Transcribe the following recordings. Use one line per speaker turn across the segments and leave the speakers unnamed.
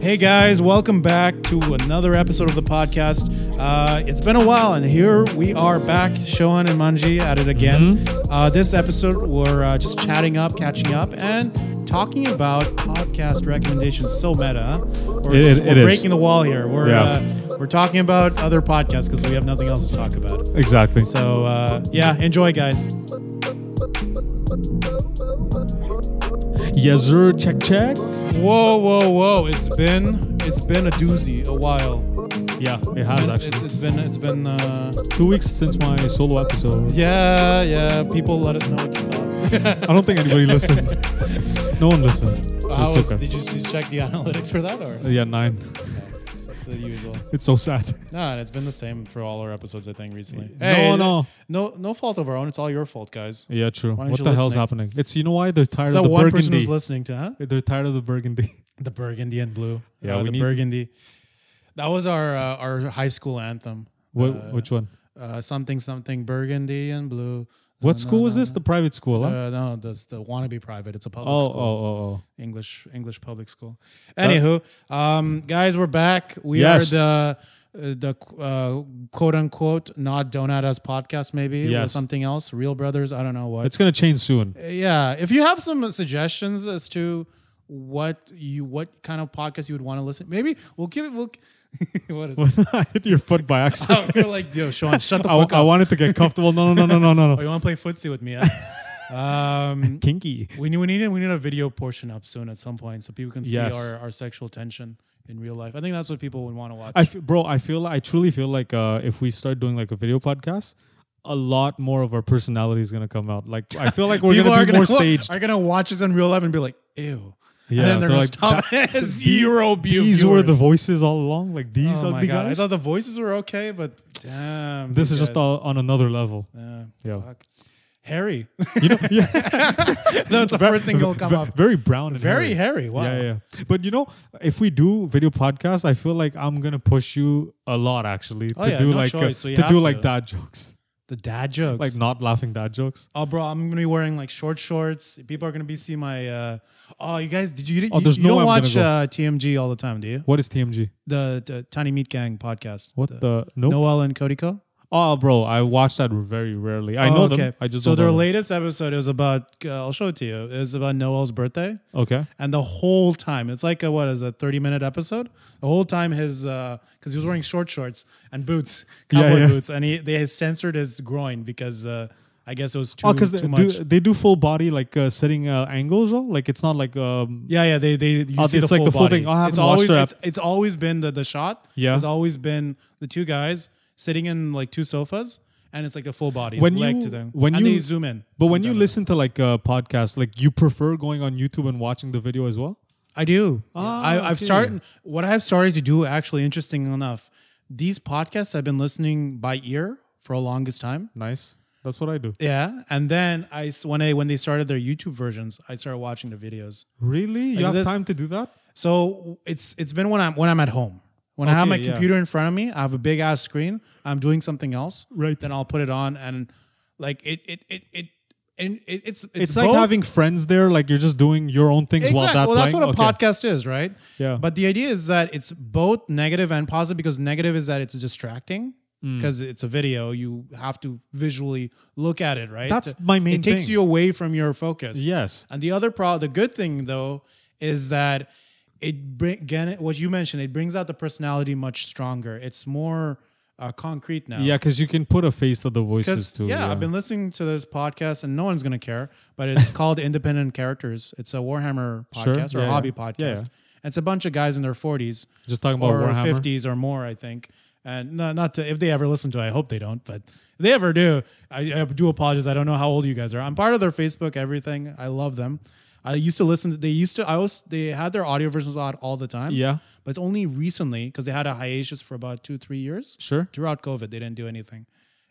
Hey guys, welcome back to another episode of the podcast. Uh, it's been a while, and here we are back, Shohan and Manji at it again.
Mm-hmm.
Uh, this episode, we're uh, just chatting up, catching up, and talking about podcast recommendations. So meta. We're,
It-
just-
it-
we're
it is.
breaking the wall here. We're
Yeah.
uh, we're talking about other podcasts because we have nothing else to talk about.
Exactly.
So uh, yeah, enjoy, guys.
Yes, sir. Check, check.
Whoa, whoa, whoa! It's been it's been a doozy, a while.
Yeah, it has actually.
It's, it's been it's been. Uh,
Two weeks since my solo episode.
Yeah, yeah. People let us know what you thought.
I don't think anybody listened. no one listened.
How
it's
was-
okay.
did, you, did you check the analytics for that, or
Uh, yeah, nine.
that's, that's the usual?
It's so sad.
No, and it's been the same for all our episodes, I think, recently.
No, no.
no, no fault of our own. It's all your fault, guys.
Yeah, true.
Why aren't
What
you
the hell's
listening?
happening? It's you know why they're tired
Is
of
that
the
one person
burgundy.
who's listening to, huh?
They're tired of the burgundy.
The burgundy and blue.
Yeah,
Uh,
we
the
need-
burgundy. That was our uh, our high school anthem.
Wha-
Uh,
which one?
uh, something something burgundy and blue.
What
No,
school
no,
was
no,
this? The private school? huh?
Uh, no, that's the wannabe private. It's a public
oh,
school.
oh, oh, oh.
English English public school. Anywho, um, guys, we're back. We
Yes.
are the uh, the uh, quote unquote not donut us podcast maybe or
Yes.
something else. Real brothers, I don't know what.
It's gonna change soon.
yeah, if you have some suggestions as to what you what kind of podcast you would want to listen, maybe we'll give it. We'll what is it?
I hit your foot by
Oh,
accident.
you're like, yo, Sean, shut the
I,
fuck
I
up.
wanted to get comfortable. No, no, no, no, no,
oh,
no.
you want to play footsie with me? huh? um,
Kinky.
We need, we need we need a video portion up soon at some point so people can see
Yes.
our, our sexual tension in real life. I think that's what people would want to watch.
I f- bro, I feel I truly feel like uh, if we start doing like a video podcast, a lot more of our personality is gonna come out. Like I feel like we're
people
gonna be
are gonna
more staged.
are gonna watch us in real life and be like, ew.
Yeah,
and then they're,
they're
gonna
like,
stop at zero view-
these
viewers.
were the voices all along. Like these
Oh
are
my
the
god! I
guys.
thought the voices were okay, but damn,
this
you
is just
guys.
all on another level.
Uh,
Yeah.
fuck. Harry.
You know, yeah,
That's the first thing that'll come
ve-
up.
Very brown and
Very
hairy.
hairy. Wow.
Yeah, yeah. But you know, if we do video podcasts, I feel like I'm gonna push you a lot actually
Oh,
to
yeah,
do
no
like uh,
choice. We
to
have
do
to.
like dad jokes,
The dad jokes.
like not laughing dad jokes.
Oh, bro, I'm gonna be wearing like short shorts. People are gonna be seeing my. Uh, oh, you guys, did you?
Oh,
you,
there's
you
no
don't
way I'm
watch
gonna
uh, TMG all the time, do you?
What is TMG?
The, the Tiny Meat Gang podcast.
What
The-
the, no?
Noel and Kodiko.
Oh, bro, I watch that very rarely. I
Oh,
know
okay.
them. I just
so
don't
their
know them.
latest episode is about. Uh, I'll show it to you. Is about Noel's birthday,
Okay.
and the whole time it's like a what is it, a 30 minute episode. The whole time his because he was wearing short shorts and boots,
Yeah,
cowboy
yeah.
boots, and he they censored his groin because uh, I guess it was too
Oh, because they,
too much.
do- they do full body like uh, setting uh, angles though. Like it's not like um
Yeah, yeah. They they you
Oh,
see
it's
the
like
full
the full
body.
thing. Oh, I
it's
haven't watched
always
that.
it's, it's always been the the shot.
Yeah.
it's always been the two guys sitting in like two sofas, and it's like the full body
When
leg
you-
to them.
when
and
you-
they zoom in.
But when you listen to like a podcast, like you prefer going on YouTube and watching the video as well.
I do. I, I've
okay.
started what I've started to do. Actually, interesting enough, these podcasts I've been listening by ear for a longest time.
Nice. That's what I do.
Yeah, and then I s- when I when they started their YouTube versions, I started watching the videos.
Really? You
Like
have
this-
time to do that?
So it's it's been when I'm when I'm at home. When I have
Okay,
my
yeah.
computer in front of me, I have a big ass screen. I'm doing something else.
Right.
Then I'll put it on and like it it it it and it, it's it's,
It's, like
both-
having friends there. Like you're just doing your own things
exactly.
while that
well, that's
playing.
what a
Okay.
podcast is, right?
Yeah.
But the idea is that it's both negative and positive because negative is that it's distracting
Mm.
because it's a video. You have to visually look at it, right?
That's my main
It takes
thing.
you away from your focus.
Yes.
And the other pro, the good thing though, is that it bring again what you mentioned. It brings out the personality much stronger. It's more uh, concrete now.
Yeah, because you can put a face to the
Because
voices too.
yeah, I've been listening to this podcast and no one's gonna care, but it's called Independent Characters. It's a Warhammer
Sure,
podcast or
yeah,
a hobby
yeah.
podcast.
Yeah, yeah.
It's a bunch of guys in their forties
just talking about
or
Warhammer.
fifties or more, I think. And no, not to, if they ever listen to it, I hope they don't. But if they ever do, I, I do apologize. I don't know how old you guys are. I'm part of their Facebook, everything. I love them. I used to listen. To, they used to. I was. They had their audio versions out all the time.
Yeah.
But only recently, because they had a hiatus for about two, three years.
Sure.
Throughout COVID, they didn't do anything,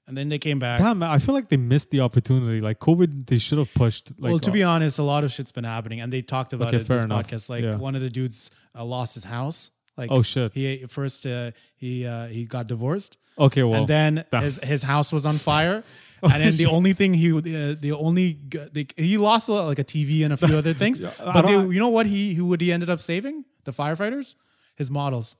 and then they came back.
Damn, I feel like they missed the opportunity. Like COVID, they should have pushed. Like,
well, to be honest, a lot of shit's been happening, and they talked about
Okay,
it in
fair
this
enough.
podcast. Like
Yeah.
one of the dudes uh, lost his house. Like
Oh, shit.
He first uh, he uh, he got divorced,
uh, okay, well,
and then
damn.
his, his house was on fire.
Oh,
and then the only thing he would- uh, the only g- the, he lost a lot, like a TV and a few other things.
I
but they,
don't-
you know what he who would he ended up saving the firefighters. his models.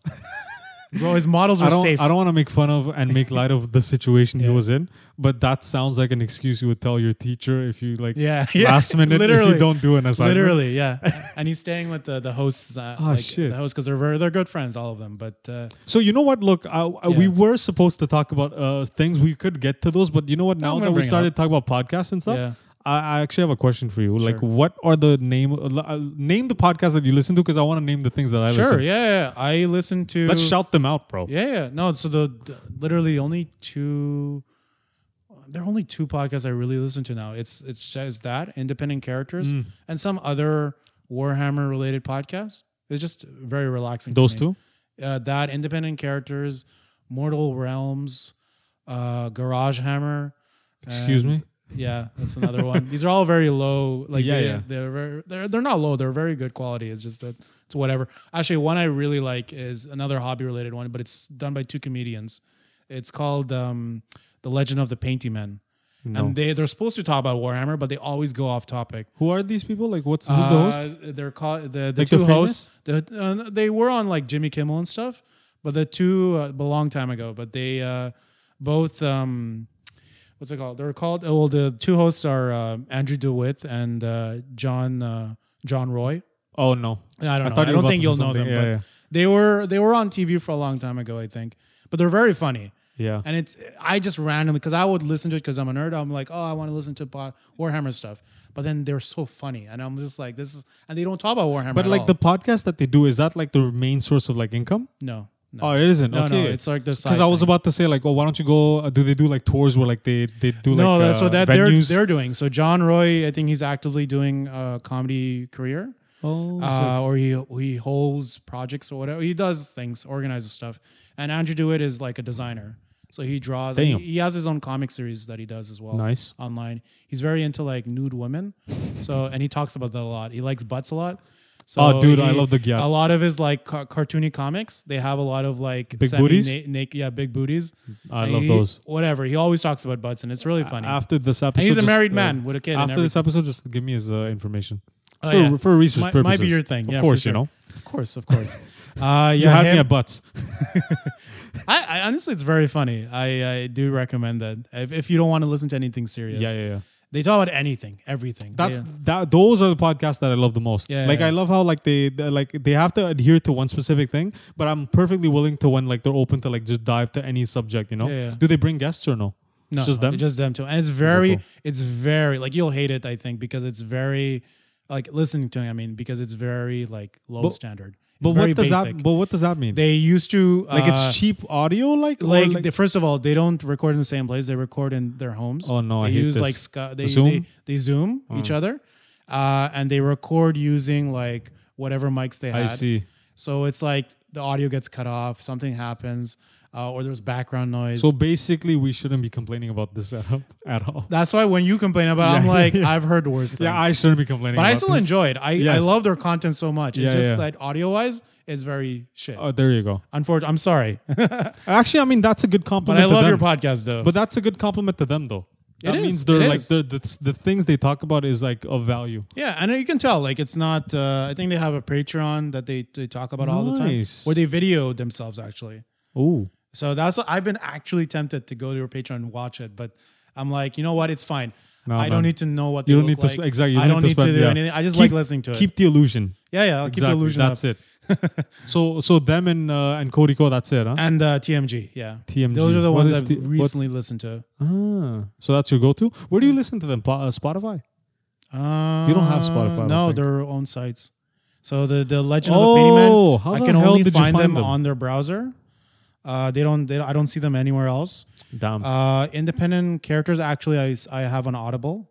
Bro, his models were
I don't,
safe.
I don't want to make fun of and make light of the situation he was in, but that sounds like an excuse you would tell your teacher if you like
Yeah, yeah,
last minute if
literally.
you don't do an assignment.
Literally, yeah. and he's staying with the the hosts. Uh,
Ah,
like,
shit.
The hosts because they're very, they're good friends, all of them. But uh,
So you know what? Look, I, I-
Yeah.
we were supposed to talk about uh, things. We could get to those, but you know what? Now
gonna
that we
bring it
started talking about podcasts and stuff,
Yeah.
I, I actually have a question for you. Like,
Sure.
what are the name? Uh, name the podcast that you listen to because I want to name the things that I
sure,
listen. to.
yeah, yeah. I listen to.
Let's shout them out, bro.
Yeah, yeah. No, so the the- literally only two. There are only two podcasts I really listen to now. It's it's just that independent characters
Mm.
and some other Warhammer related podcasts. It's just very relaxing. to
Those
me.
two.
uh, that independent characters, Mortal Realms, uh, Garage Hammer.
Excuse
and-
me?
Yeah, that's another one. These are all very low. Like
Yeah,
they,
yeah.
they're very, they're they're not low. They're very good quality. It's just that it's whatever. Actually, one I really like is another hobby related one, but it's done by two comedians. It's called um, the Legend of the Painty Men. And they, they're supposed to talk about Warhammer, but they always go off topic.
Who are these people? Like, what's who's the host?
Uh, they're called the, the
Like the
two hosts. The, uh, they were on like Jimmy Kimmel and stuff, but the two uh, a long time ago. But they uh, both um, what's it called? They're called. oh, Well, the two hosts are uh, Andrew DeWitt and uh, John uh, John Roy.
Oh no,
I don't know.
thought
I
you were
don't
about
think
to
you'll
say
know them,
something.
but
Yeah, yeah.
they were they were on TV for a long time ago, I think. But they're very funny.
yeah.
And it's I just randomly because I would listen to it because I'm a nerd. I'm like, oh, I want to listen to po- Warhammer stuff. But then they're so funny, and I'm just like, this is. And they don't talk about Warhammer.
But
at
like
all.
the podcast that they do is that like the main source of like income?
no, no,
Oh, it isn't.
no,
okay.
no, it's like their side.
because I was
thing.
about to say like, oh, why don't you go? Uh, do they do like tours where like they they do
no,
like
that-
uh,
so that they're
venues?
they're doing. So John Roy, I think he's actively doing a comedy career.
oh,
uh, or he he holds projects or whatever. He does things, organizes stuff. And Andrew Dewitt is like a designer, so he draws. He,
Damn.
he has his own comic series that he does as well.
Nice.
online. He's very into like nude women, so and he talks about that a lot. He likes butts a lot. So
Oh, dude, I
he-
love the gap.
A lot of his like ca- cartoony comics, they have a lot of like
Big booties?
semi-na- naked, yeah, big booties.
I
And
love
he-
those.
Whatever. He always talks about butts, and it's
Uh,
really funny.
after this episode,
and he's a
just,
married
uh,
man with a kid. and
After this episode, just give me his uh, information
Oh,
for,
yeah.
for research
Might- might be
purposes.
your thing.
of
Yeah, for
course.
sure.
You know,
Of course, of course. Uh, yeah,
you had
him-
me at butts.
I, I honestly, it's very funny. I, I do recommend that if, if you don't want to listen to anything serious.
Yeah, yeah, yeah.
They talk about anything, everything.
That's
They-
that. Those are the podcasts that I love the most.
Yeah,
like
yeah.
I love how like they they- like they have to adhere to one specific thing, but I'm perfectly willing to when like they're open to like just dive to any subject. You know,
Yeah, yeah.
do they bring guests or no?
no,
it's just them.
just them too. And it's very,
Cool.
it's very like you'll hate it, I think, because it's very like listening to. it, I mean, because it's very like low
But-
standard. It's
but
very
what does
basic.
that? But what does that mean?
they used to
like
uh,
it's cheap audio, like or,
like, they- first of all, they don't record in the same place. They record in their homes.
Oh, no,
they
I hate
use
this.
like Sky- they,
Zoom? Oh.
they they Zoom each other, uh, and they record using like whatever mics they had.
I see.
So it's like the audio gets cut off, something happens, uh, or there's background noise.
So basically, we shouldn't be complaining about this setup at all.
that's why when you complain about, it, I'm
Yeah,
like,
yeah.
I've heard worse things.
Yeah, I shouldn't be complaining.
but I
about
still
this.
enjoy it. I, I
Yes.
love their content so much. It's
Yeah,
just
yeah.
that audio wise, it's very shit.
Oh, there you go.
Unfortunately, I'm sorry,
Actually, I mean that's a good
but
compliment.
I
to
love
them.
your podcast though.
But that's a good compliment to them, though. That
It is,
means they're
it
like
is.
they're, the the things they talk about is like of value.
Yeah, and you can tell like it's not. Uh, I think they have a Patreon that they, they talk about all the time,
Nice.
where they video themselves actually.
Ooh,
So that's what I've been actually tempted to go to your Patreon and watch it, but I'm like, you know what? It's fine.
No,
I don't
man.
need to know what they
you don't
look
need to
like.
sp- exactly. You
I don't need to,
spend-
do
yeah.
anything. I just
Keep-
like listening to it.
Keep the illusion.
Yeah, yeah. I'll keep
Exactly,
the illusion.
That's
up.
it. so so them and uh, and Kodiko, that's it, huh?
And uh, TMG. Yeah.
TMG.
Those are the
What
ones
is
I've
T- what's-
recently listened to.
Ah, so that's your go-to. Where do you listen to them? Po- uh, Spotify.
Uh,
don't have Spotify, I don't
No,
think.
their own sites. So the the Legend of the Penny Man.
Oh, how
I
the
can
hell
only
did you
find,
find
them,
them?
on their browser. Uh, they don't. They, I don't see them anywhere else.
Damn.
Uh, independent characters. Actually, I s- I have on Audible,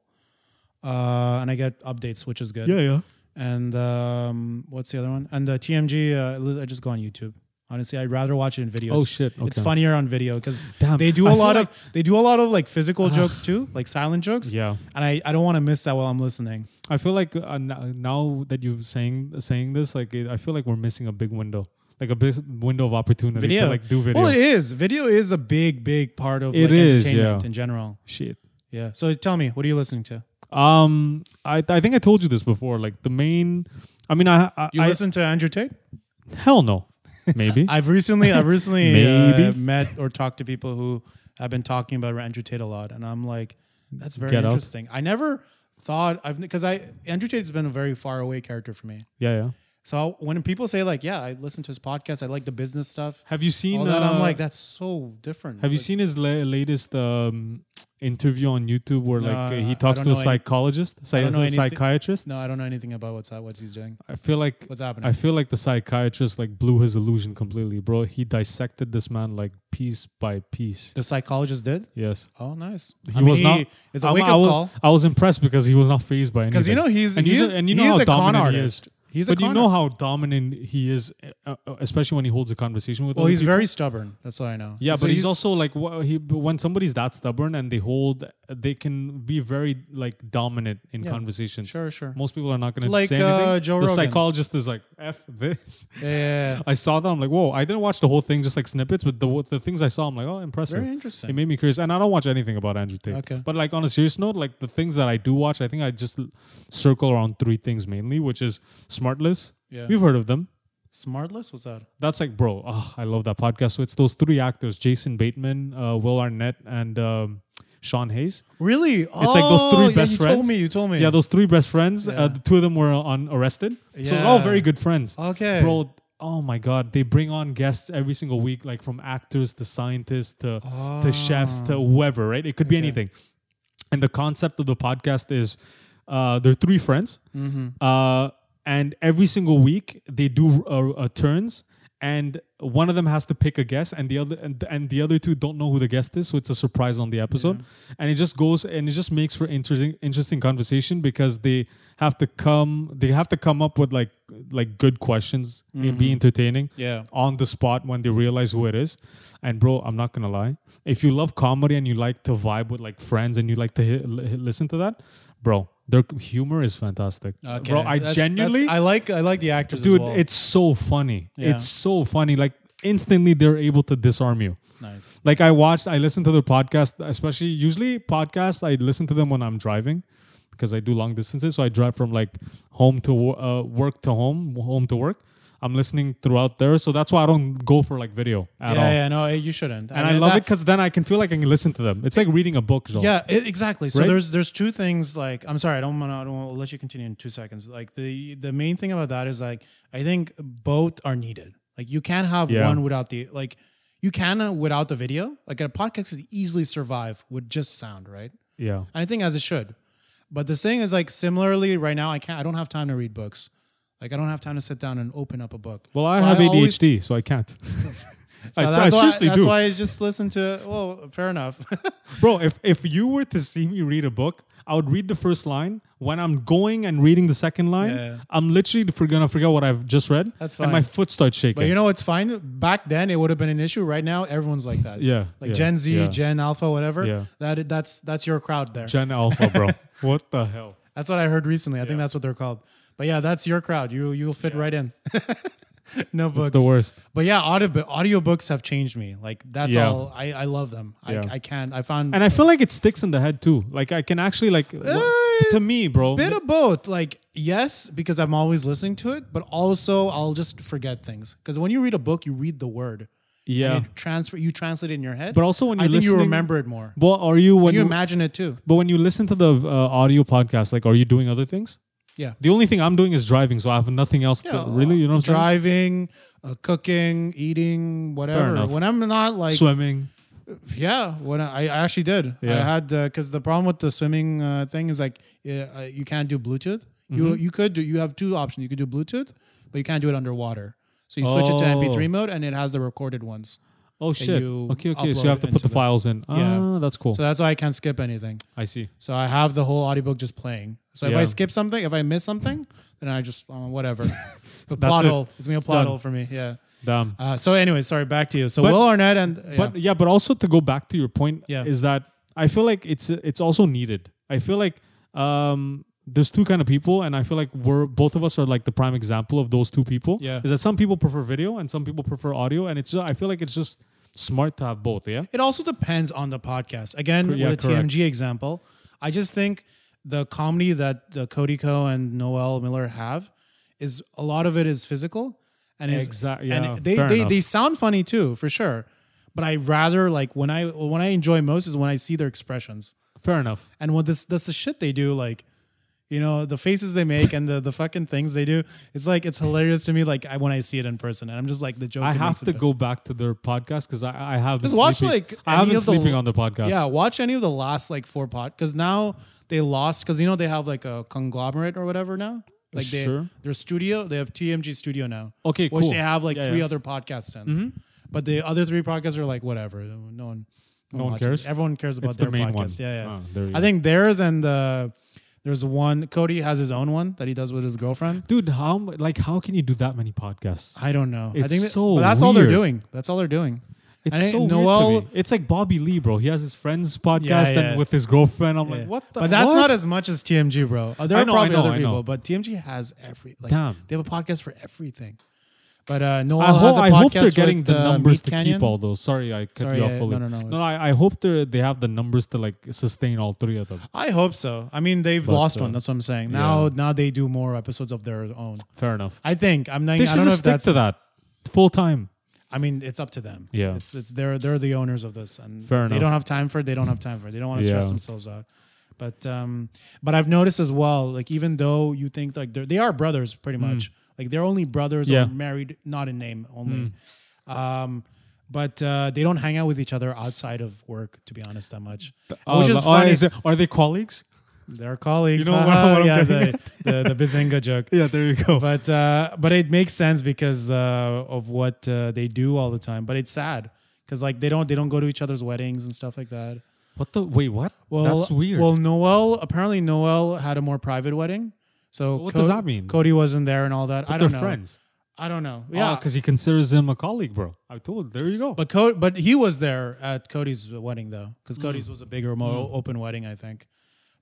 uh, and I get updates, which is good.
yeah, yeah.
And um, what's the other one? And uh, TMG. Uh, li- I just go on YouTube. Honestly, I'd rather watch it in video.
Oh,
It's-
shit.
It's
Okay.
funnier on video because
Damn.
they do
I
a
feel
lot
like-
of they do a lot of like physical jokes too, like silent jokes.
Yeah.
And I, I don't want to miss that while I'm listening.
I feel like uh, n- now that you've saying saying this, like it, I feel like we're missing a big window, like a big window of opportunity
Video,
to like do video.
Well, it is. Video is a big, big part of
It
like,
is,
entertainment
yeah.
in general.
Shit.
Yeah. So tell me, what are you listening to?
Um, I I think I told you this before. Like the main, I mean, I, I,
You
I
listen to Andrew Tate?
hell no. Maybe.
I've recently, I've recently uh,
Maybe.
met or talked to people who have been talking about Andrew Tate a lot, and I'm like, that's very
Get out.
interesting. I never thought I've because I Andrew Tate's been a very far away character for me.
yeah, yeah.
So when people say like, yeah, I listen to his podcast, I like the business stuff,
Have you seen?
all that, I'm
uh,
like, that's so different.
Have you
It's-
seen his la- latest um, interview on YouTube where like
No,
uh,
I
he talks
don't
to a
know any- don't
psychologist,
know
psy-
anything.
psychiatrist?
No, I don't know anything about what's what's he's doing.
I feel like
What's happening?
I feel like the psychiatrist like blew his illusion completely, bro. He dissected this man like piece by piece.
the psychologist did.
Yes.
Oh, nice.
He was not-
It's a
I'm-
wake
I
up
was,
call
I was impressed because he was not phased by anything.
because you know he's
and
he's,
you, and you know
he's a
how
con
dominant he
artist.
is.
He's a
but
con
you know how dominant he is, uh, uh, especially when he holds a conversation with.
Well,
other
he's
people.
very stubborn. That's what I know.
Yeah,
So
but he's, also like wha- he but when somebody's that stubborn and they hold, they can be very like dominant in
Yeah,
conversations.
sure, sure.
Most people are not going to
Like,
say anything.
uh, Joe
the
Rogan.
psychologist is like f this.
Yeah, yeah, yeah.
I saw that. I'm like, whoa! I didn't watch the whole thing, just like snippets. But the the things I saw, I'm like, oh, impressive.
very interesting.
It made me curious, and I don't watch anything about Andrew Tate.
Okay.
But like on a serious note, like the things that I do watch, I think I just l- circle around three things mainly, which is Smartless.
Yeah.
We've heard of them.
Smartless? What's that?
That's like, bro, ah, I love that podcast. So it's those three actors: Jason Bateman, uh, Will Arnett, and um, Sean Hayes.
Really? It's
like those three
three
best
you told
friends.
me. You told me.
Yeah, those three best friends.
Yeah.
Uh, the two of them were on arrested. So they're all
Yeah.
very good friends.
Okay.
Bro, oh my God. They bring on guests every single week, like from actors to scientists to,
Oh.
to chefs to whoever, right? It could be anything. And the concept of the podcast is uh, they're three friends. Uh, and every single week they do uh, uh, turns. And one of them has to pick a guest, and the other and, and the other two don't know who the guest is, so it's a surprise on the episode. And it just goes and it just makes for interesting interesting conversation because they have to come they have to come up with like like good questions and be entertaining
Yeah.
on the spot when they realize who it is. And bro, I'm not gonna lie. If you love comedy and you like to vibe with like friends and you like to hi- li- listen to that, bro, their humor is fantastic. Bro, I
That's- that's-
genuinely,
I like. I like the actors. as
dude,
well.
it's so funny.
Yeah.
It's so funny. Like instantly, they're able to disarm you.
nice.
Like I watched, I listened to their podcast, especially usually podcasts. I listen to them when I'm driving because I do long distances. So I drive from like home to wo- uh, work to home, home to work. I'm listening throughout there, so that's why I don't go for like video at all.
Yeah, yeah. No, you shouldn't.
And I, love it because then I can feel like I can listen to them. It's like reading a book. Joel.
Yeah, e- exactly. So
Right?
there's there's two things like I'm sorry, I don't want to I don't wanna let you continue in two seconds. Like the the main thing about that is like I think both are needed. Like you can't have
Yeah.
one without the like you can uh, without the video. Like a podcast could easily survive with just sound, right?
yeah.
And I think as it should. But the thing is like similarly right now I can't I don't have time to read books. Like I don't have time to sit down and open up a book.
Well, I
So
have
always-
ADHD, so I can't. I, I
so that's why,
seriously
that's
do,
why I just listen to. Well, fair enough.
bro. If if you were to see me read a book, I would read the first line. When I'm going and reading the second line,
Yeah.
I'm literally for gonna forget what I've just read.
That's
And my
fine.
foot starts shaking.
But you know what's fine? Back then it would have been an issue. Right now, everyone's like that.
Yeah,
Like
yeah,
Gen Z,
yeah.
Gen Alpha, whatever.
Yeah.
That that's that's your crowd there.
Gen Alpha, bro. what the hell?
that's what I heard recently. I think that's what they're called. But yeah, that's your crowd. You you'll fit right in. no books.
It's the worst.
But yeah, audio audiobooks have changed me. Like that's
Yeah.
all I, I love them.
Yeah.
I I can't I found
And I feel like it sticks in the head too. Like I can actually like wha- to me, bro.
Uh, bit of both. Like, yes, because I'm always listening to it, but also I'll just forget things. Because when you read a book, you read the word.
Yeah.
And it transfer you translate it in your head.
But also when
I
you're
think you
listening-
remember it more.
Well, are you when
You
you,
imagine it too.
but when you listen to the uh, audio podcast, like are you doing other things?
Yeah.
The only thing I'm doing is driving, so I have nothing else. to, really, you know what I'm
Driving, uh, cooking, eating, whatever.
enough.
When I'm not like,
saying? Swimming.
yeah, when I, I actually did. I
Yeah.
had because the problem with the swimming uh, thing is like yeah, uh, you can't do Bluetooth. You
Mm-hmm.
you could do you have two options. You could do Bluetooth, but you can't do it underwater. So you switch it to MP3
Oh.
mode, and it has the recorded ones.
Oh shit.
you
Okay, okay. So
upload
you have to
into
put the
the-
files in.
Yeah.
Ah, that's cool.
So that's why I can't skip anything.
I see.
So I have the whole audiobook just playing. So if I
Yeah.
skip something, if I miss something, then I just uh, whatever. but
That's
plot
it.
hole, it's me a
It's
plot
done.
hole for me. Yeah.
Damn.
Uh, so anyway, sorry, back to you. So
But-
Will Arnett and yeah.
But yeah, but also to go back to your point
Yeah.
is that I feel like it's it's also needed. I feel like um there's two kind of people and I feel like we're both of us are like the prime example of those two people.
Yeah.
Is that some people prefer video and some people prefer audio and it's I feel like it's just smart to have both, yeah?
It also depends on the podcast. Again,
yeah,
with the
correct.
TMG example, I just think the comedy that uh, Cody Co and Noel Miller have is a lot of it is physical, and it's
Exact- yeah,
and they
fair
they,
enough.
they sound funny too for sure. But I rather like when I when I enjoy most is when I see their expressions
Fair enough.
and what this that's the shit they do like. You know the faces they make and the, the fucking things they do. It's like it's hilarious to me. Like I, when I see it in person, and I'm just like the joke.
I
it
have
makes it
to
better.
go back to their podcast because I, I have been
Just watch,
sleeping-
like,
I
any
have been
of the-
sleeping on the podcast.
Yeah, watch any of the last like four pod because now they lost because you know they have like a conglomerate or whatever now. Like they
Sure.
their studio, they have TMG Studio now.
Okay,
which
cool.
they have like
Yeah,
three
yeah. Mm-hmm.
other podcasts in, but the other three podcasts are like whatever. No one, no one,
one
watches.
cares?
Everyone cares about
It's the
their
main
podcast.
one.
Yeah, yeah.
Ah, there you
I
go.
think theirs and uh, there's one. Cody has his own one that he does with his girlfriend.
dude, how m- like how can you do that many podcasts?
I don't know. I
It's
think that-
so
but that's all they're
weird.
doing. That's all they're doing.
It's
I-
so weird to
Noel-
me. It's like Bobby Lee, bro. He has his friends podcast
yeah.
and with his girlfriend. I'm
Yeah.
like, what? The,
but that's
what?
not as much as TMG, bro. Uh, There
I
are
know, I
probably
know,
other
I
people,
know.
but TMG has every like
Damn.
they have a podcast for everything. But uh, Noel
I
has
hope,
a
I
podcast
hope they're getting
with,
the
uh,
numbers
Meat
to
Canyon.
keep all those. Sorry, I cut
Sorry,
you
yeah,
off fully.
no, no, no, it's
no I, I hope they they have the numbers to like sustain all three of them.
I hope so. I mean, they've lost
uh,
one. That's what I'm saying. Now, now they do more episodes of their own.
Fair enough.
I think. I'm not.
They
I
should
don't know
just
if
stick
that's.
to that full time.
I mean, it's up to them.
Yeah.
It's it's they're they're the owners of this, and
Fair
they
enough.
don't have time for it. They don't have time for it. They don't want to stress
Yeah.
themselves out. But um, but I've noticed as well, like even though you think like they're, they are brothers pretty much, like they're only brothers
Mm. Yeah. Mm.
or married, not in name only. Um, but uh, they don't hang out with each other outside of work, to be honest, that much. which is
Oh,
funny.
is it- are they colleagues?
They're colleagues.
You know what-
Haha,
what I'm
yeah,
getting
the, the the Bazinga joke.
Yeah, there you go.
But uh, but it makes sense because uh, of what uh, they do all the time. But it's sad because like they don't they don't go to each other's weddings and stuff like that.
What the? Wait, what?
Well,
That's weird.
Well, Noel apparently Noel had a more private wedding. So
What does that mean?
Cody wasn't there and all that. I
they're
don't know.
friends. Oh,
I don't know. Yeah,
Yeah, because he considers him a colleague, bro. I told. There you go.
but Cody, but he was there at Cody's wedding though, because
Hmm.
Cody's was a bigger, more open wedding, I think.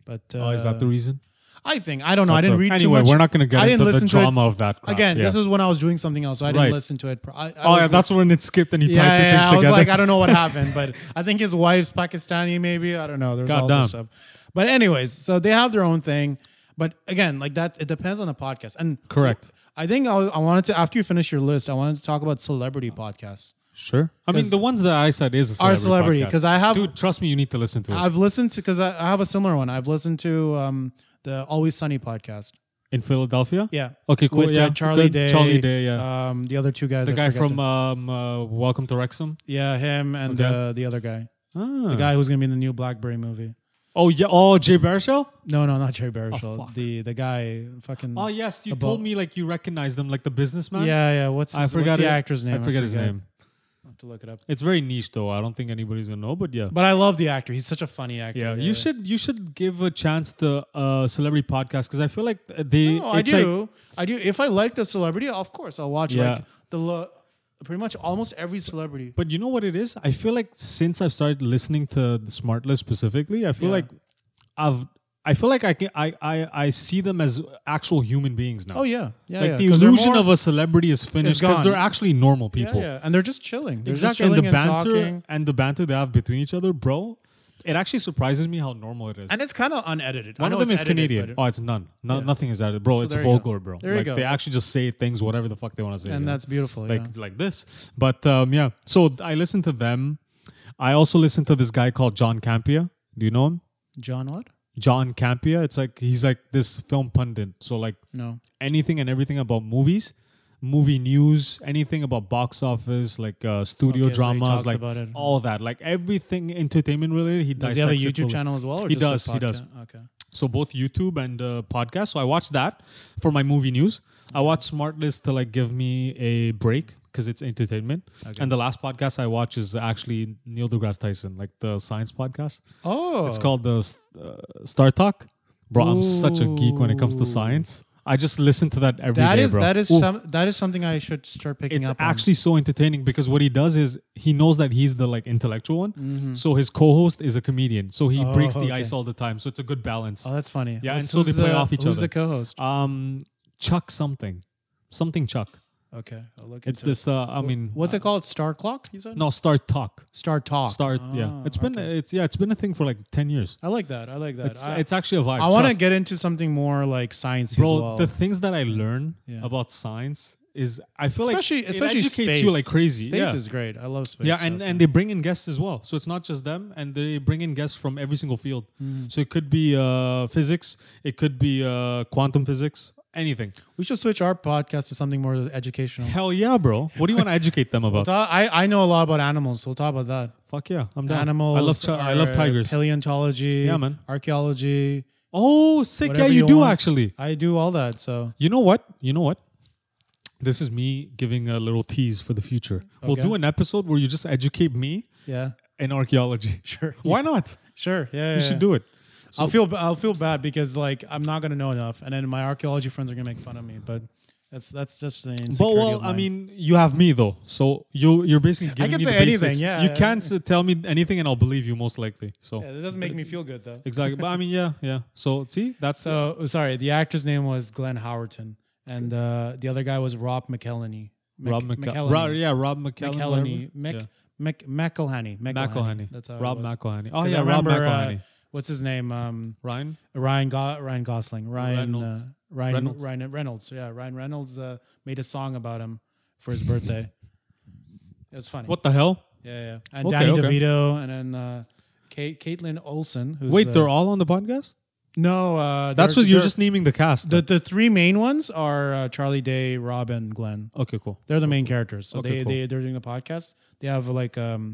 But uh,
oh, is that the reason?
I think I don't know. I didn't
So-
read
Anyway,
too much.
we're not going to get
I didn't
into the
listen to it.
drama of that. crap.
Again,
Yeah.
this is when I was doing something else, so I didn't
Right.
listen to it. pro- I, I
Oh
was
yeah,
lis-
that's when it skipped and he
yeah,
typed the
yeah,
things
yeah. I was
together.
like, I don't know what happened, but I think his wife's Pakistani, maybe. I don't know. There's all this stuff.
Goddamn.
But anyways, so they have their own thing. But again, like that, it depends on the podcast. And
Correct.
I think I, I wanted to after you finish your list, I wanted to talk about celebrity podcasts.
Sure. I mean,
'Cause-
the ones that I said is a
Our
celebrity
celebrity,
podcast.
because I have
dude, trust me, you need to listen to it.
I've listened to because I, I have a similar one. I've listened to um, the Always Sunny podcast.
in Philadelphia.
Yeah.
Okay, cool.
With,
yeah,
uh, Charlie
good.
Day.
Charlie Day. Yeah.
Um, the other two guys.
the
I
guy
forget
from
their-
um, uh, Welcome to Wrexham.
yeah, him and
Okay.
uh, the other guy.
Ah.
The guy who's gonna be in the new BlackBerry movie.
Oh yeah. Oh, Jay Baruchel.
No, no, not Jerry Baruchel.
Oh, fuck.
the the guy, fucking.
Oh yes, you
The
told
bald-
me like you recognized them, like the businessman.
Yeah, yeah. What's his,
I forgot
what's the
it-
actor's name?
I forget his name.
I'll have to look it up.
It's very niche though. I don't think anybody's gonna know, but yeah.
But I love the actor. He's such a funny actor.
yeah, you should you should give a chance to uh celebrity podcast because I feel like they
No, I
it's like-
do. I do. If I like the celebrity, of course I'll watch
Yeah.
like the lo- pretty much almost every celebrity.
But you know what it is? I feel like since I've started listening to the Smart List specifically, I feel
Yeah.
like I've I feel like I can I, I I see them as actual human beings now.
Oh yeah, yeah.
like
yeah.
the
'Cause they're
illusion
more-
of a celebrity is finished because
gone.
they're actually normal
yeah,
people.
yeah, and they're just chilling. They're
Exactly.
just
And
chilling
the
and
banter
talking.
and the banter they have between each other, bro. It actually surprises me how normal it is.
And it's kind of unedited. I
One
know
of them
it's
is
edited,
Canadian.
but-
Oh, it's none. No, Nothing is added, bro. it's
there you go.
vulgar, bro.
There you
like
go.
they actually just say things, whatever the fuck they want to say.
and
you know?
that's beautiful.
like
yeah.
like this. But um, yeah, so th- I listen to them. I also listen to this guy called John Campia. Do you know him?
John what?
John Campia. It's like he's like this film pundit. So like
No.
anything and everything about movies, movie news, anything about box office, like uh, studio
Okay, so he
dramas,
talks
like
about it.
all that, like everything entertainment related. He
Does he have a
dissects it
YouTube
fully.
channel as well? Or
He
just a
does, he does.
podcast? Okay.
So both YouTube and uh, podcast. So I watch that for my movie news. I watch Smartlist to like give me a break because it's entertainment. And the last podcast I watch is actually Neil deGrasse Tyson, like the science podcast.
Oh,
It's called the uh, Star Talk. Bro, I'm such a geek when it comes to science. I just listen to that every day,
That is
bro.
that is
Ooh,
some that is something I should start picking
it's
up. on.
actually so entertaining because what he does is he knows that he's the like intellectual one. So his co-host is a comedian. So he
Mm-hmm. Oh,
breaks the
okay.
ice all the time. So it's a good balance.
Oh, that's funny.
Yeah,
Who's-
and so they
who's
play
the-
off each
who's
other.
the co-host?
Um, Chuck something, something Chuck.
Okay, I'll look. into
It's
it.
this. Uh, I mean,
What's it called? Star Clock? You said
no, Star Talk.
Star Talk.
Star. yeah,
Ah,
it's been. It's yeah, it's been a thing for like ten years.
I like that. I like that.
It's,
I,
it's actually a vibe.
I want to
Trust-
get into something more like science as
bro.
well.
The things that I learn
Yeah.
about science is I feel
especially
like it
especially
educates
space.
you like crazy.
Space
yeah.
is great. I love space.
yeah,
stuff,
and,
man.
and they bring in guests as well. So it's not just them, and they bring in guests from every single field.
Mm.
So it could be uh, physics, it could be uh, quantum physics, anything.
we should switch our podcast to something more educational.
Hell yeah, bro! What do you want to educate them about?
Ta- I, I know a lot about animals, so we'll talk about that.
Fuck yeah, I'm down.
Animals.
I love ti- I love
or
tigers.
Paleontology.
Yeah, man.
Archaeology.
Oh, sick! Yeah,
Whatever
you,
you
do
want.
actually.
I do all that. So
You know what? You know what? This is me giving a little tease for the future. We'll
Okay.
do an episode where you just educate me
yeah,
in archaeology.
Sure.
Why not?
sure. Yeah,
You should do it.
I'll feel ba- I'll feel bad because like I'm not gonna know enough, and then my archaeology friends are gonna make fun of me. But that's that's just an
But
insecurity
well,
of
I
mine.
mean, you have me though, so you you're basically giving
can
me
say
the
anything,
basics.
yeah,
you
yeah.
can't s- tell me anything, and I'll believe you most likely. So
yeah, that doesn't make me feel good though.
exactly. but I mean, yeah, yeah. So see, that's uh,
So sorry, the actor's name was Glenn Howerton, and uh, the other guy was Rob McElhenney. Mc-
Rob McCall.
McElhenney.
Rob, yeah, Rob McCall.
McElhenney. Mc,
yeah.
Mc, McElhenney.
McElhenney.
That's how it
Rob
was.
McElhenney. Oh
'Cause
yeah,
I remember,
Rob
uh,
McElhenney.
what's his name? Um,
Ryan.
Ryan Go- Ryan Gosling. Ryan
Reynolds.
Uh, Ryan
Reynolds.
Ryan Reynolds. Yeah, Ryan Reynolds uh, made a song about him for his birthday. it was funny.
What the hell?
Yeah, yeah. And
Okay,
Danny
okay.
DeVito, and then uh, Kate Caitlin Olsen. Who's,
Wait,
uh,
they're all on the podcast.
no. Uh,
That's
they're-
what you're
they're-
just naming the cast.
the the three main ones are uh, Charlie Day, Rob, and Glenn.
okay, cool.
They're the main characters. So
Okay,
they,
cool.
they they're doing the podcast. They have like um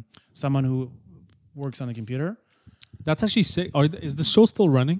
someone who works on the computer.
That's actually sick. Are th- is the show still running?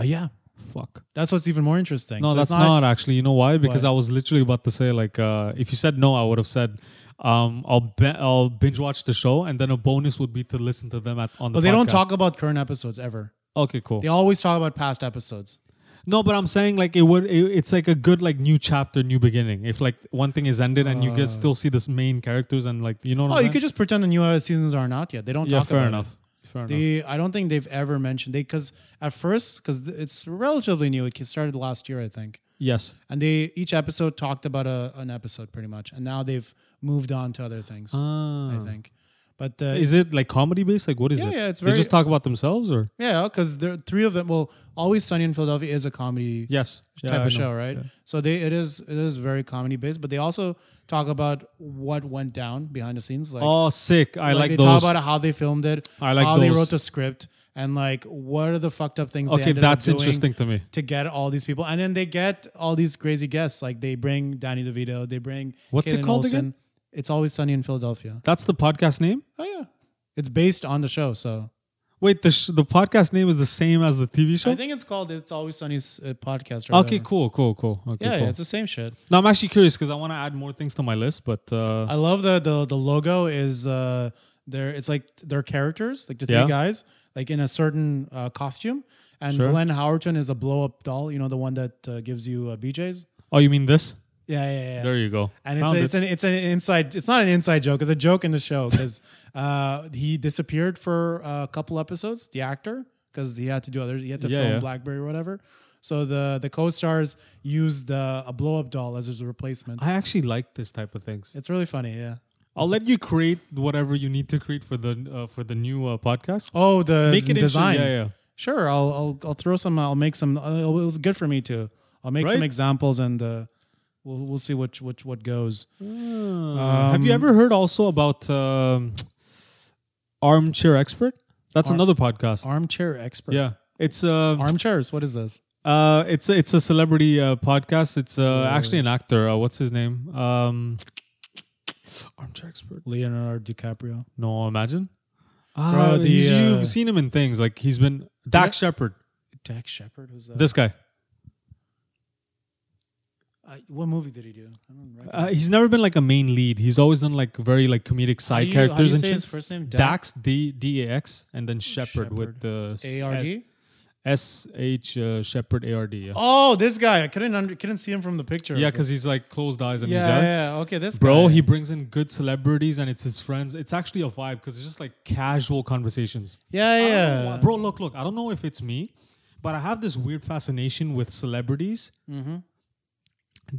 Oh yeah,
Fuck.
that's what's even more interesting.
No,
So it's
that's not, actually. You know why? Because
Why?
I was literally about to say like, uh, if you said no, I would have said, um, I'll be- I'll binge watch the show, and then a bonus would be to listen to them at on the.
But they don't
podcast.
talk about current episodes ever.
Okay, cool.
They always talk about past episodes.
No, but I'm saying like it would. It, it's like a good like new chapter, new beginning. If like one thing is ended and you get still see this main characters and like you know. What
Uh. Oh,
I'm
you
saying?
could just pretend the new uh, seasons are not yet. They don't
Uh-huh. yeah,
talk
fair
about
enough. Fair
it.
enough.
They, I don't think they've ever mentioned they because at first because it's relatively new. It started last year, I think.
Yes.
And they each episode talked about a, an episode pretty much, and now they've moved on to other things. I think, but uh,
Ah. Is it like comedy based? Like what is
Yeah,
it?
yeah, it's
they
very-
just talk about themselves or
yeah, because there three of them. Well, always sunny in Philadelphia is a comedy
yes
type
Yeah, I know.
of show, right? So they it is it is very comedy based, but they also talk about what went down behind the scenes, like
Oh, sick! I like,
they
those.
talk about how they filmed it,
I like
how they
those.
wrote the script, and like what are the fucked up things. they
okay,
ended up
that's
doing
interesting to me.
To get all these people, and then they get all these crazy guests. Like they bring Danny DeVito, they bring
What's it
Kaitlyn
called
Olsen.
again?
It's always sunny in Philadelphia.
That's the podcast name.
Oh yeah, it's based on the show. So
Wait, the sh- the podcast name is the same as the TV show.
I think it's called "It's Always Sunny's uh, podcast." Or whatever.
okay, cool, cool, cool. Okay,
Yeah,
cool.
yeah, it's the same shit.
now I'm actually curious because I want to add more things to my list, but uh,
I love the the the logo is uh there it's like their characters, like the three
Yeah.
guys, like in a certain uh, costume. And
Sure.
Glenn Howerton is a blow up doll, you know, the one that uh, gives you uh, BJ's.
oh, you mean this?
Yeah, yeah, yeah.
There you go.
and it's
Found
a, it's
it.
an it's an inside it's not an inside joke it's a joke in the show because uh, he disappeared for a couple episodes the actor because he had to do other he had to
Yeah,
film
yeah.
Blackberry or whatever so the the co-stars used uh, a blow up doll as his replacement
I actually like this type of things.
it's really funny yeah
I'll let you create whatever you need to create for the uh, for the new uh, podcast.
oh the
Make it
design
interesting. Yeah, yeah.
Sure, I'll I'll I'll throw some. I'll make some. Uh, it was good for me too. I'll make some
Right?
examples and uh, we'll we'll see which which what goes.
Have you ever heard also about um, Armchair Expert? That's another podcast.
Armchair expert.
yeah, it's uh,
Armchairs. What is this?
Uh, it's a, it's a celebrity uh, podcast. It's uh, actually an actor. Uh, what's his name? Um, armchair expert.
Leonardo DiCaprio.
No, imagine.
Bro,
Ah,
the,
he's-
uh,
you've seen him in things like he's been Dak Shepard.
Dak Shepard. Who's that?
This guy.
Uh, what movie did he do? I don't remember.
Uh, he's never been like a main lead. He's always done like very like comedic
How
side
do you- how do
characters
you
and
say
shit.
his first name?
Dax D D A X and then Shepard with
Shepard.
the
A R D.
S H uh, Shepard A R D. Yeah,
Oh, this guy. I couldn't under, couldn't see him from the picture.
yeah,
but-
because he's like closed eyes and he's
yeah,
out.
yeah. Okay, this
Bro,
guy.
he brings in good celebrities and it's his friends. It's actually a vibe because it's just like casual conversations.
Yeah,
I don't know why-
yeah.
Bro, look, look. I don't know if it's me, but I have this weird fascination with celebrities.
Mm-hmm.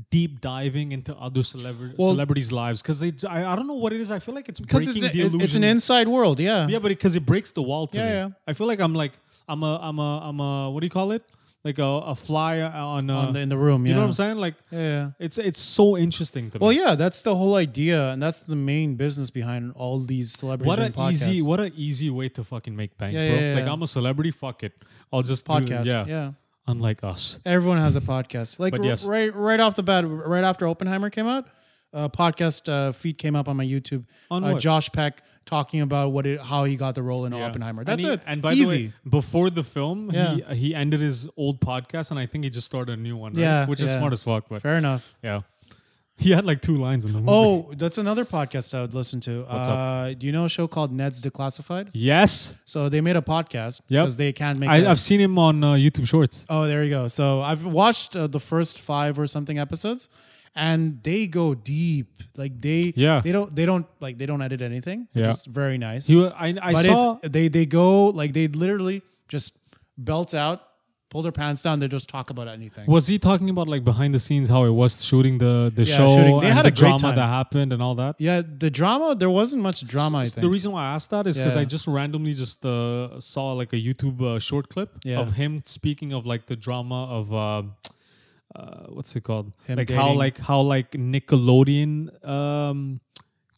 Deep diving into other celebra-
Well-
celebrities' lives because they, I, I don't know what it is. I feel like it's
Because
breaking
it's,
the
it-
illusion.
it's an inside world.
yeah, but because it, breaks the wall to
Yeah,
me.
yeah.
I feel like I'm like I'm a I'm a I'm a what do you call it? like a, a fly on, uh, a,
on the, in the room.
you
Yeah.
know what I'm saying? Like
Yeah.
it's it's so interesting to me.
Well, yeah, that's the whole idea, and that's the main business behind all these celebrities
what
and
an
podcasts.
easy what an easy way to fucking make bank,
Yeah,
bro.
yeah, yeah,
Like
yeah.
I'm a celebrity, fuck it. I'll just do-
podcast. Yeah.
Unlike us.
Everyone has a podcast. Like
But
r-
yes.
right right off the bat, right after Oppenheimer came out, a podcast uh, feed came up on my YouTube.
On
uh,
what?
Josh Peck talking about what it, how he got the role in
Yeah.
Oppenheimer.
And
That's
he-
it.
And by
easy.
the way, before the film,
Yeah.
he he ended his old podcast, and I think he just started a new one. right?
Yeah,
which is
yeah.
smart as fuck. But
Fair enough.
yeah, he had like two lines in the movie.
Oh, that's another podcast I would listen to.
What's
uh,
up?
Do you know a show called Ned's Declassified?
yes,
So they made a podcast
Yep.
because they can't make.
I,
a-
I've seen him on uh, YouTube Shorts.
Oh, there you go. So I've watched uh, the first five or something episodes, and they go deep. Like they,
Yeah.
they don't, they don't like they don't edit anything. Which
Yeah.
is very nice.
He, wa- I, I
but
saw.
it's they they go like they literally just belts out, pull their pants down. They just talk about anything.
Was he talking about like behind the scenes how it was shooting the the
Yeah,
show
shooting. They
and
had
the
a great
drama
time.
that happened and all that?
yeah, the drama. There wasn't much drama. I
The
think.
reason why I asked that is because
Yeah.
I just randomly just uh, saw like a YouTube uh, short clip
Yeah.
of him speaking of like the drama of uh, uh, what's it called?
Him
like how
dating-
like how like Nickelodeon um,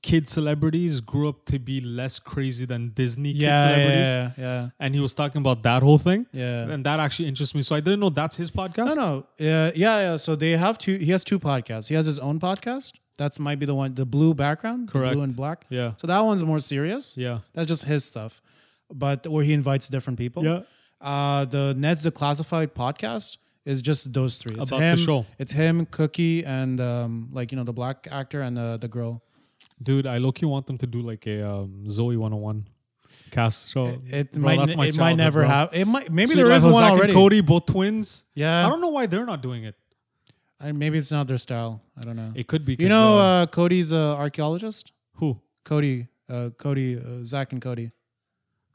kid celebrities grew up to be less crazy than Disney kid
yeah, yeah,
celebrities.
yeah, yeah.
And he was talking about that whole thing.
Yeah.
And that actually interests me. So I didn't know that's his
No,
podcast.
no. Yeah, yeah, yeah. So they have two. He has two podcasts. He has his own podcast. That's might be the one, the blue background, the
Correct.
blue and black.
Yeah.
So that one's more serious.
Yeah.
That's just his stuff, but where he invites different people.
Yeah.
Uh, the Ned's the Classified podcast is just those three. It's
About the
him,
show.
It's him, Cookie, and um, like you know the black actor and uh, the girl.
Dude, I low key want them to do like a um, Zoe 101 cast show.
It
Bro,
might.
that's my
it might
childhood,
never
bro.
have. It might. Maybe
Sweet
there
Life
is
of
one
Zack and
already.
Cody, both twins.
Yeah.
I don't know why they're not doing it.
I- maybe it's not their style. I don't know.
It could be.
You
'cause,
know,
uh,
uh, Cody's an archaeologist.
who?
Cody, uh, Cody, uh, Zach and Cody.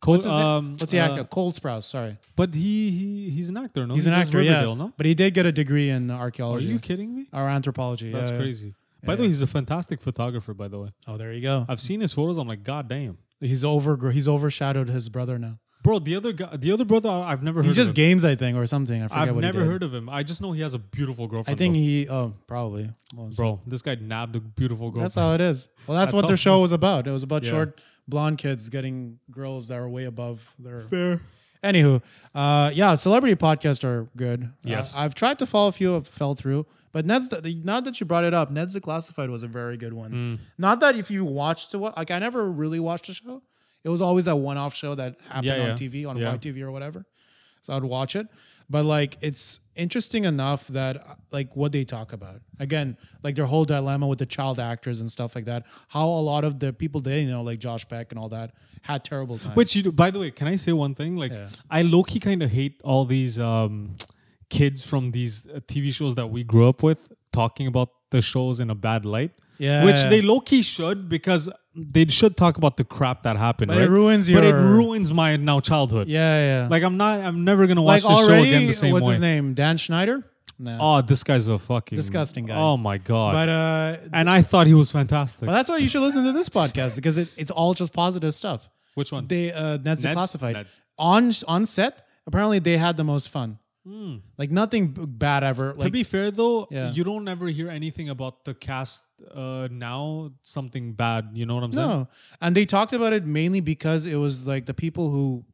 Cole,
What's his name?
um,
What's the
uh,
actor? Cole Sprouse. Sorry,
But he, he he's an actor. No,
he's
He
an
does
actor. Yeah,
Riverdale, no?
but he did get a degree in
Are
archaeology
you kidding me?
or anthropology.
That's
yeah, yeah.
crazy. by the way, he's a fantastic photographer. By the way,
Oh, there you go.
I've seen his photos. I'm like, God damn,
He's over. He's overshadowed his brother now.
bro. The other guy, the other brother, I- I've never heard.
He just
of him.
games, I think, or something. I forget
I've
what
never
he did.
heard of him. I just know he has a beautiful
I
girlfriend.
think he. Oh, probably. Well,
though. bro, this guy nabbed a beautiful girlfriend.
That's how it is. Well, that's,
That's
what
how-
their show was about. It was about
Yeah.
short blonde kids getting girls that are way above their
fair.
Anywho, uh, yeah, celebrity podcasts are good.
Yes.
Uh, I've tried to follow a few, have fell through. But Ned's the, the- now that you brought it up, Ned's the Classified was a very good one.
Mm.
Not that if you watched the wa- like I never really watched the show. It was always a one-off show that happened
Yeah,
on
yeah.
TV on
Yeah.
YTV or whatever. So I'd watch it, but like it's interesting enough that uh, like what they talk about again, like their whole dilemma with the child actors and stuff like that. How a lot of the people they know, like Josh Peck and all that, had terrible times.
But you do, by the way, can I say one thing? Like,
Yeah.
I low key kind of hate all these um, kids from these uh, TV shows that we grew up with talking about the shows in a bad light.
Yeah.
Which they low key should because they should talk about the crap that happened.
But it
right?
ruins
But it
your-
ruins my now childhood.
yeah, yeah.
Like I'm not. I'm never gonna watch the show again the same
what's
way.
his name? Dan Schneider? No.
Oh, this guy's a fucking
Disgusting guy.
Oh my god.
But uh
and I thought he was fantastic.
well, that's why you should listen to this podcast because it, it's all just positive stuff.
Which one?
They uh Ned's
Ned's-
classified.
Ned.
On on set, apparently they had the most fun. Like nothing b- bad ever. Like
Hmm. to be fair though,
Yeah.
you don't ever hear anything about the cast uh, now something bad. You know what I'm saying?
no. And they talked about it mainly because it was like the people who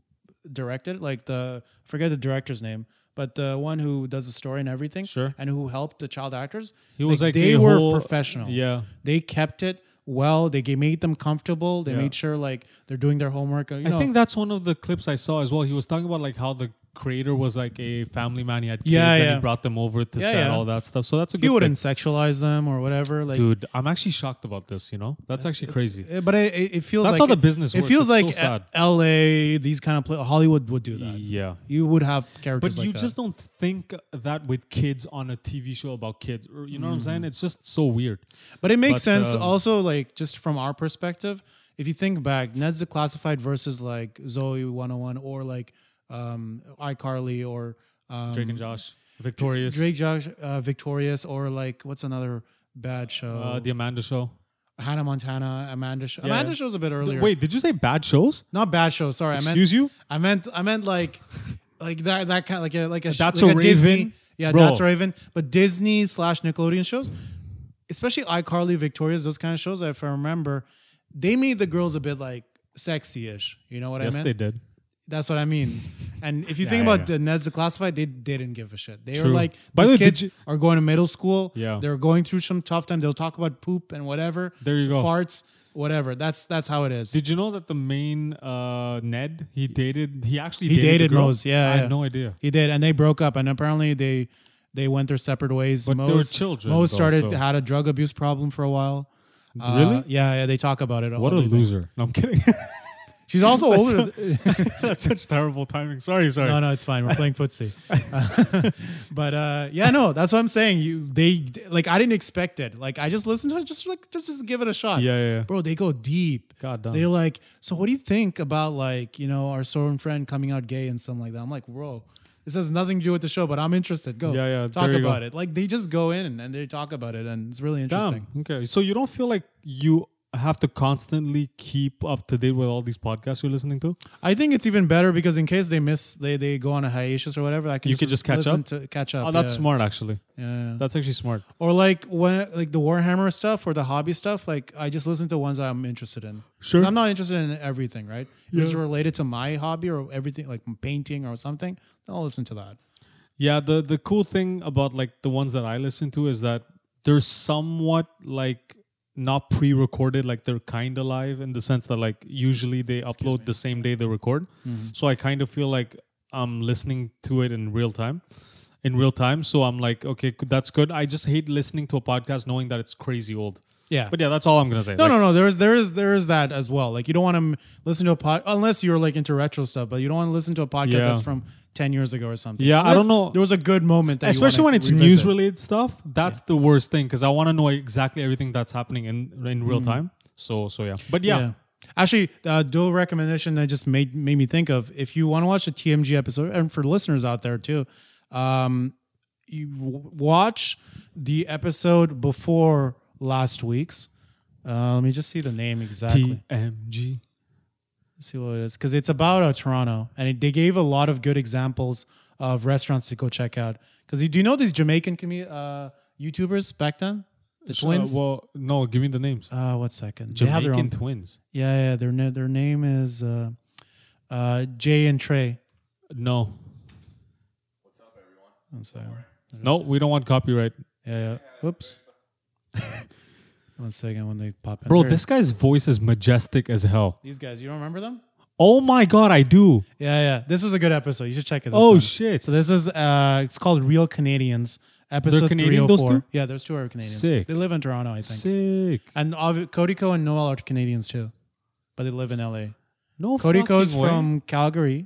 directed, like the forget the director's name. But the one who does the story and everything,
Sure.
and who helped the child actors,
He was like
they
a
were
whole-
professional.
Yeah.
they kept it well. They gave, made them comfortable. They
Yeah.
made sure like they're doing their homework. You know,
I think that's one of the clips I saw as well. He was talking about like how the creator was like a family man. He had kids
Yeah,
and
yeah.
he brought them over to
Yeah,
set
yeah.
all that stuff. So that's a good
he
thing.
wouldn't sexualize them or whatever. Like,
Dude, I'm actually shocked about this, you know? That's actually crazy.
It's- eh, but it, it- it feels
That's
like
how the business
It
works.
feels
It's
like
so sad.
L.A. These kind of pla Hollywood would do that.
yeah.
You would have characters,
But
like
you
that.
just don't think that with kids on a TV show about kids. or- You know what
Mm-hmm.
I'm saying? It's just so weird.
But it makes
But,
sense
um,
also, like, just from our perspective, if you think back, Ned's the Classified versus, like, Zoe 101 or, like, um, iCarly or um,
Drake and Josh, Victorious,
Drake Josh uh, Victorious or, like, what's another bad show?
uh, The Amanda Show.
Hannah Montana, Amanda Show. Amanda
yeah.
Show's a bit earlier.
Wait, did you say bad shows?
Not bad show. Sorry. I meant,
Excuse you?
I meant, I meant, like, like that that kind like a like a sh-
That's
like
a
Disney,
Raven?
yeah,
Bro.
that's a Raven. But Disney slash Nickelodeon shows, especially iCarly, Victoria's, those kind of shows. If I remember, they made the girls a bit like sexy-ish. You know what
yes,
I mean?
they did.
That's what I mean. And if you
Yeah,
think
yeah,
about the Ned's the Classified, they didn't give a shit. They were
True.
like,
By
these
the way, did
kids
you-
are going to middle school.
Yeah.
They're going through some tough time. They'll talk about poop and whatever.
There you go.
Farts, whatever. That's that's how it is.
Did you know that the main uh, Ned he dated? He actually
he
dated,
dated
the girl?
Rose. Yeah,
I
yeah.
had no idea.
He did, and they broke up, and apparently they they went their separate ways.
But they were children,
Mose
though,
started
so-
had a drug abuse problem for a while. Uh,
Really?
Yeah, yeah. They talk about it. all
What a
the time.
loser! No, I'm kidding.
She's also older. th-
That's such terrible timing. Sorry, sorry.
No, no, it's fine. We're playing footsie. Uh, but uh, yeah, no, that's what I'm saying. You they like I didn't expect it. Like I just listened to it, just like just, just give it a shot.
Yeah, yeah, yeah.
Bro, they go deep.
God damn.
They're like, so what do you think about like, you know, our Soren friend coming out gay and something like that? I'm like, bro, this has nothing to do with the show, but I'm interested. Go.
Yeah, yeah,
Talk
there you go.
about it. Like they just go in and they talk about it and it's really interesting.
Damn. Okay. So you don't feel like you have to constantly keep up to date with all these podcasts you're listening to?
I think it's even better because in case they miss they they go on a hiatus or whatever, I can
You can just catch
listen
up?
to catch up.
Oh, that's
yeah.
smart actually.
Yeah.
That's actually smart.
or like when like the Warhammer stuff or the hobby stuff. Like I just listen to ones that I'm interested in. 'Cause
Sure.
I'm not interested in everything, right? If it's related to my hobby or everything, like painting or something, then I'll listen to that.
Yeah, the the cool thing about like the ones that I listen to is that they're somewhat like not pre-recorded, like they're kind of live in the sense that like usually they upload the same day they record. So I kind of feel like I'm listening to it in real time. In real time, so I'm like, okay, good- that's good. I just hate listening to a podcast knowing that it's crazy old.
Yeah.
But yeah, that's all I'm gonna say.
no,
Like,
no, no. There is, there is, there is that as well. Like you don't want to listen to a pod unless you're like into retro stuff, but you don't want to listen to a podcast
Yeah.
that's from ten years ago or something.
Yeah, I
Unless
don't know.
There was a good moment, that you
especially when
wanna
it's
revisit.
news related stuff that's the worst thing because i want to know exactly everything that's happening in in real time so so yeah but Mm-hmm. yeah,
Actually, uh, dual recommendation that just made made me think of if you want to watch a TMG episode, and for listeners out there too, um, you w- watch the episode before last week's. Uh, let me just see the name exactly.
tmg
see what it is because it's about uh, Toronto, and it, they gave a lot of good examples of restaurants to go check out. Because do you know these Jamaican commu- uh, YouTubers back then, the twins?
Uh, well no give me the names
Uh, what second? They have
jamaican
their own
twins
Yeah, yeah. Their na- their name is uh, uh, Jay and Trey.
no
One second.
no we don't want copyright
Yeah, yeah. Oops. One second when they pop in.
bro
There.
this guy's voice is majestic as hell
these guys, you don't remember them?
oh my god i do
Yeah, yeah. This was a good episode. You should check it. This
oh
out.
shit
So this is uh, it's called Real Canadians, episode
Canadian, those
304.
two?
Yeah, those two are Canadians.
Sick.
They live in Toronto, I think.
sick
And obvi- Codico and Noel are Canadians too, but they live in LA.
no
Codico's
fucking way.
from Calgary,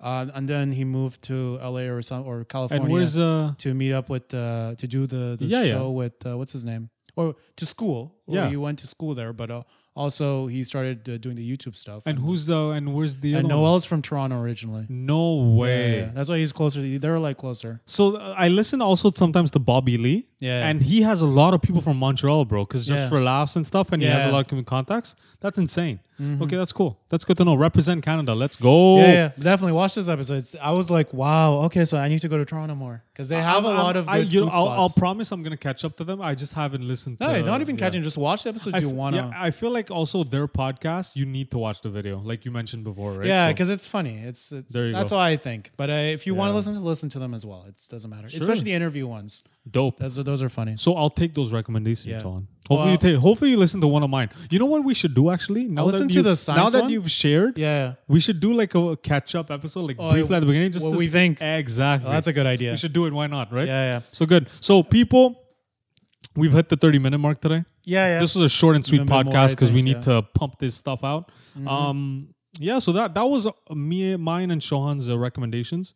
uh, and then he moved to LA or some or California.
and where's uh
to meet up with uh, to do the, the
Yeah, yeah.
show with uh, what's his name or to school. Or
Yeah.
he went to school there, but uh, also he started uh, doing the YouTube stuff.
and who's the and where's the
and
other one?
Noel's from Toronto originally.
no way
Yeah, that's why he's closer. to- They're like closer.
So uh, I listen also sometimes to Bobby Lee.
Yeah.
And he has a lot of people from Montreal, bro, because just
Yeah.
for laughs and stuff, and he has a
Yeah. Mm-hmm.
lot of commu- contacts. That's insane. Okay, that's cool. That's good to know. Represent Canada. Let's go.
Yeah, yeah, definitely watch this episode. It's, I was like, wow, okay, so I need to go to Toronto more because they have a
I'm-
lot of good
I, you know,
food
I'll, I'll
spots.
promise I'm gonna catch up to them. I just haven't listened.
no,
to
not even
yeah.
catching. Just watch the episode
I
you
f-
wanna.
yeah, I feel like also their podcast. You need to watch the video, like you mentioned before, right?
Yeah,
So-
because it's funny. It's, it's
There you
that's
go.
all I think. But uh, if you want to
Yeah.
listen to listen to them as well, it doesn't matter. Especially the interview ones.
dope.
Those are, those are funny.
So I'll take those recommendations
Yeah.
on. Hopefully, you
Well-
take, hopefully you listen to one of mine. You know what we should do actually? Now that
listened to
you-
the
now
science
that
one.
you've shared.
Yeah.
We should do like a catch up episode, like
Oh,
briefly at the beginning. Just
what
to
we
s-
think.
Exactly.
Oh, that's a good idea.
We should do it. Why not? Right.
Yeah, yeah.
So good. So people, we've hit the thirty minute mark today.
Yeah, yeah.
This was a short and sweet
Even more, I
podcast because we
think,
need
yeah. Mm-hmm.
to pump this stuff out. Um, yeah. So that that was uh, me, mine, and Shohan's uh, recommendations.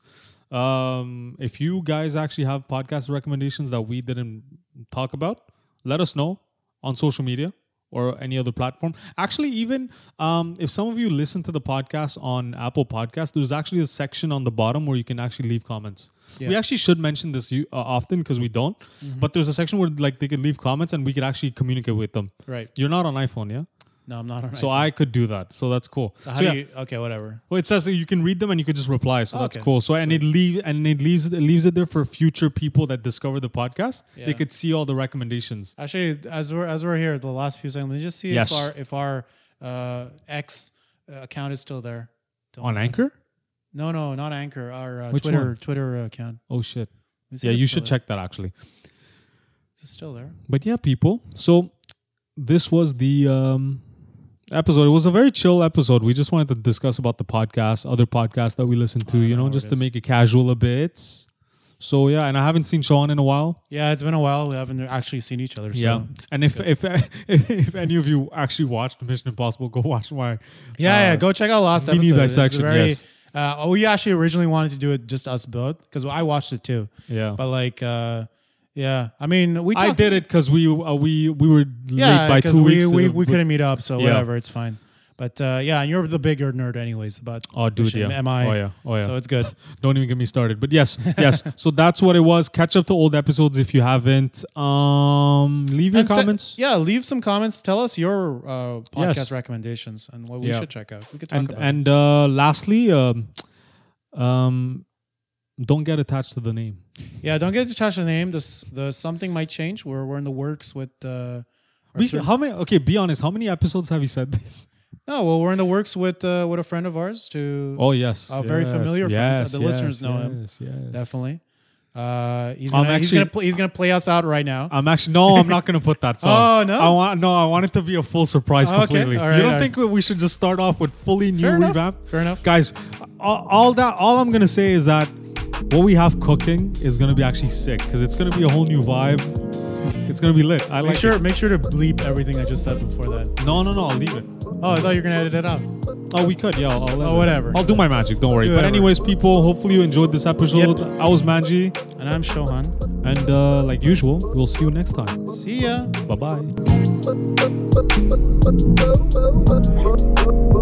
Um, if you guys actually have podcast recommendations that we didn't talk about, let us know on social media or any other platform. Actually, even um, if some of you listen to the podcast on Apple Podcasts, there's actually a section on the bottom where you can actually leave comments. We actually should mention this you- uh, often because we don't,
Mm-hmm.
but there's a section where like they can leave comments and we could actually communicate with them.
Right.
You're not on iPhone, yeah?
No, I'm not on.
So
iPhone.
I could do that. So that's cool.
How
so
do
yeah.
you? Okay, whatever.
Well, it says that you can read them and you could just reply, so that's
Okay.
cool. So and it leave and it leaves it leaves it there for future people that discover the podcast.
Yeah.
They could see all the recommendations.
Actually, as we're as we're here, the last few seconds, let me just see
Yes.
if our if our uh, X uh, account is still there. Don't
On Anchor?
No, no, not Anchor. Our uh,
Which
Twitter
one?
Twitter account.
Oh
Let
shit.
me see if
Yeah,
it's
you
still
should
there.
check that actually.
Is it still there?
But yeah, people. So this was the um episode. It was a very chill episode. We just wanted to discuss about the podcast, other podcasts that we listen to, you
know
know,
what
just
it
to
is.
make it casual a bit. So yeah, and I haven't seen Sean in a while.
Yeah, it's been a while. We haven't actually seen each other. So.
yeah, and if, if if any of you actually watched Mission Impossible, go watch my
Yeah,
Uh,
yeah. Go check out last
mini
episode. This is
dissection, yes.
Uh, oh, we actually originally wanted to do it just us both because I watched it too.
Yeah.
But like, uh, yeah. I mean, we.
I
talked-
did it because we uh, we we were late
Yeah,
by
because
two
we,
weeks.
we,
uh,
we
but-
couldn't meet up, so
Yeah.
whatever, it's fine. But uh, yeah, and you're the bigger nerd, anyways. About
Oh, dude,
Mission
yeah.
MI.
Oh, yeah. Oh, yeah.
So it's good.
Don't even get me started. But yes, yes. so that's what it was. Catch up to old episodes if you haven't. Um, leave your
And se-
comments.
yeah, leave some comments. Tell us your uh, podcast
Yes.
recommendations and what we
Yeah.
should check out. We could talk
and
about. it.
and uh, lastly, um, um, don't get attached to the name.
yeah, don't get attached to the name. This the something might change. We're we're in the works with. Uh, our
We,
certain-
how many? Okay, be honest. How many episodes have you said this?
No, well, we're in the works with uh, with a friend of ours to
Oh yes,
Uh, very
yes,
familiar friends.
Yes,
The
yes,
listeners know him.
yes, Yes,
definitely. Uh, he's
I'm
gonna he's
actually-
gonna play, he's gonna play us out right now.
I'm actually no. I'm not gonna put that song.
Oh, no?
I want no. I want it to be a full surprise
Okay,
completely.
all right,
you don't
all right.
think we should just start off with fully new
Fair enough,
revamp?
fair enough.
guys. All, all that. All I'm gonna say is that what we have cooking is gonna be actually sick because it's gonna be a whole new vibe. It's gonna be lit. I
Make
like
sure
It.
make sure to bleep everything I just said before that.
No, no, no. I'll leave it.
Oh, I thought you were gonna edit it out.
Oh, we could. Yeah. I'll, I'll let
Oh,
it.
whatever.
I'll do my magic. Don't worry.
Do
but
whatever.
anyways, people. Hopefully you enjoyed this episode. I was Manji,
And I'm Shohan.
and uh, like usual, we'll see you next time.
See ya.
Bye bye.
Boom, boom, boom, boom, boom.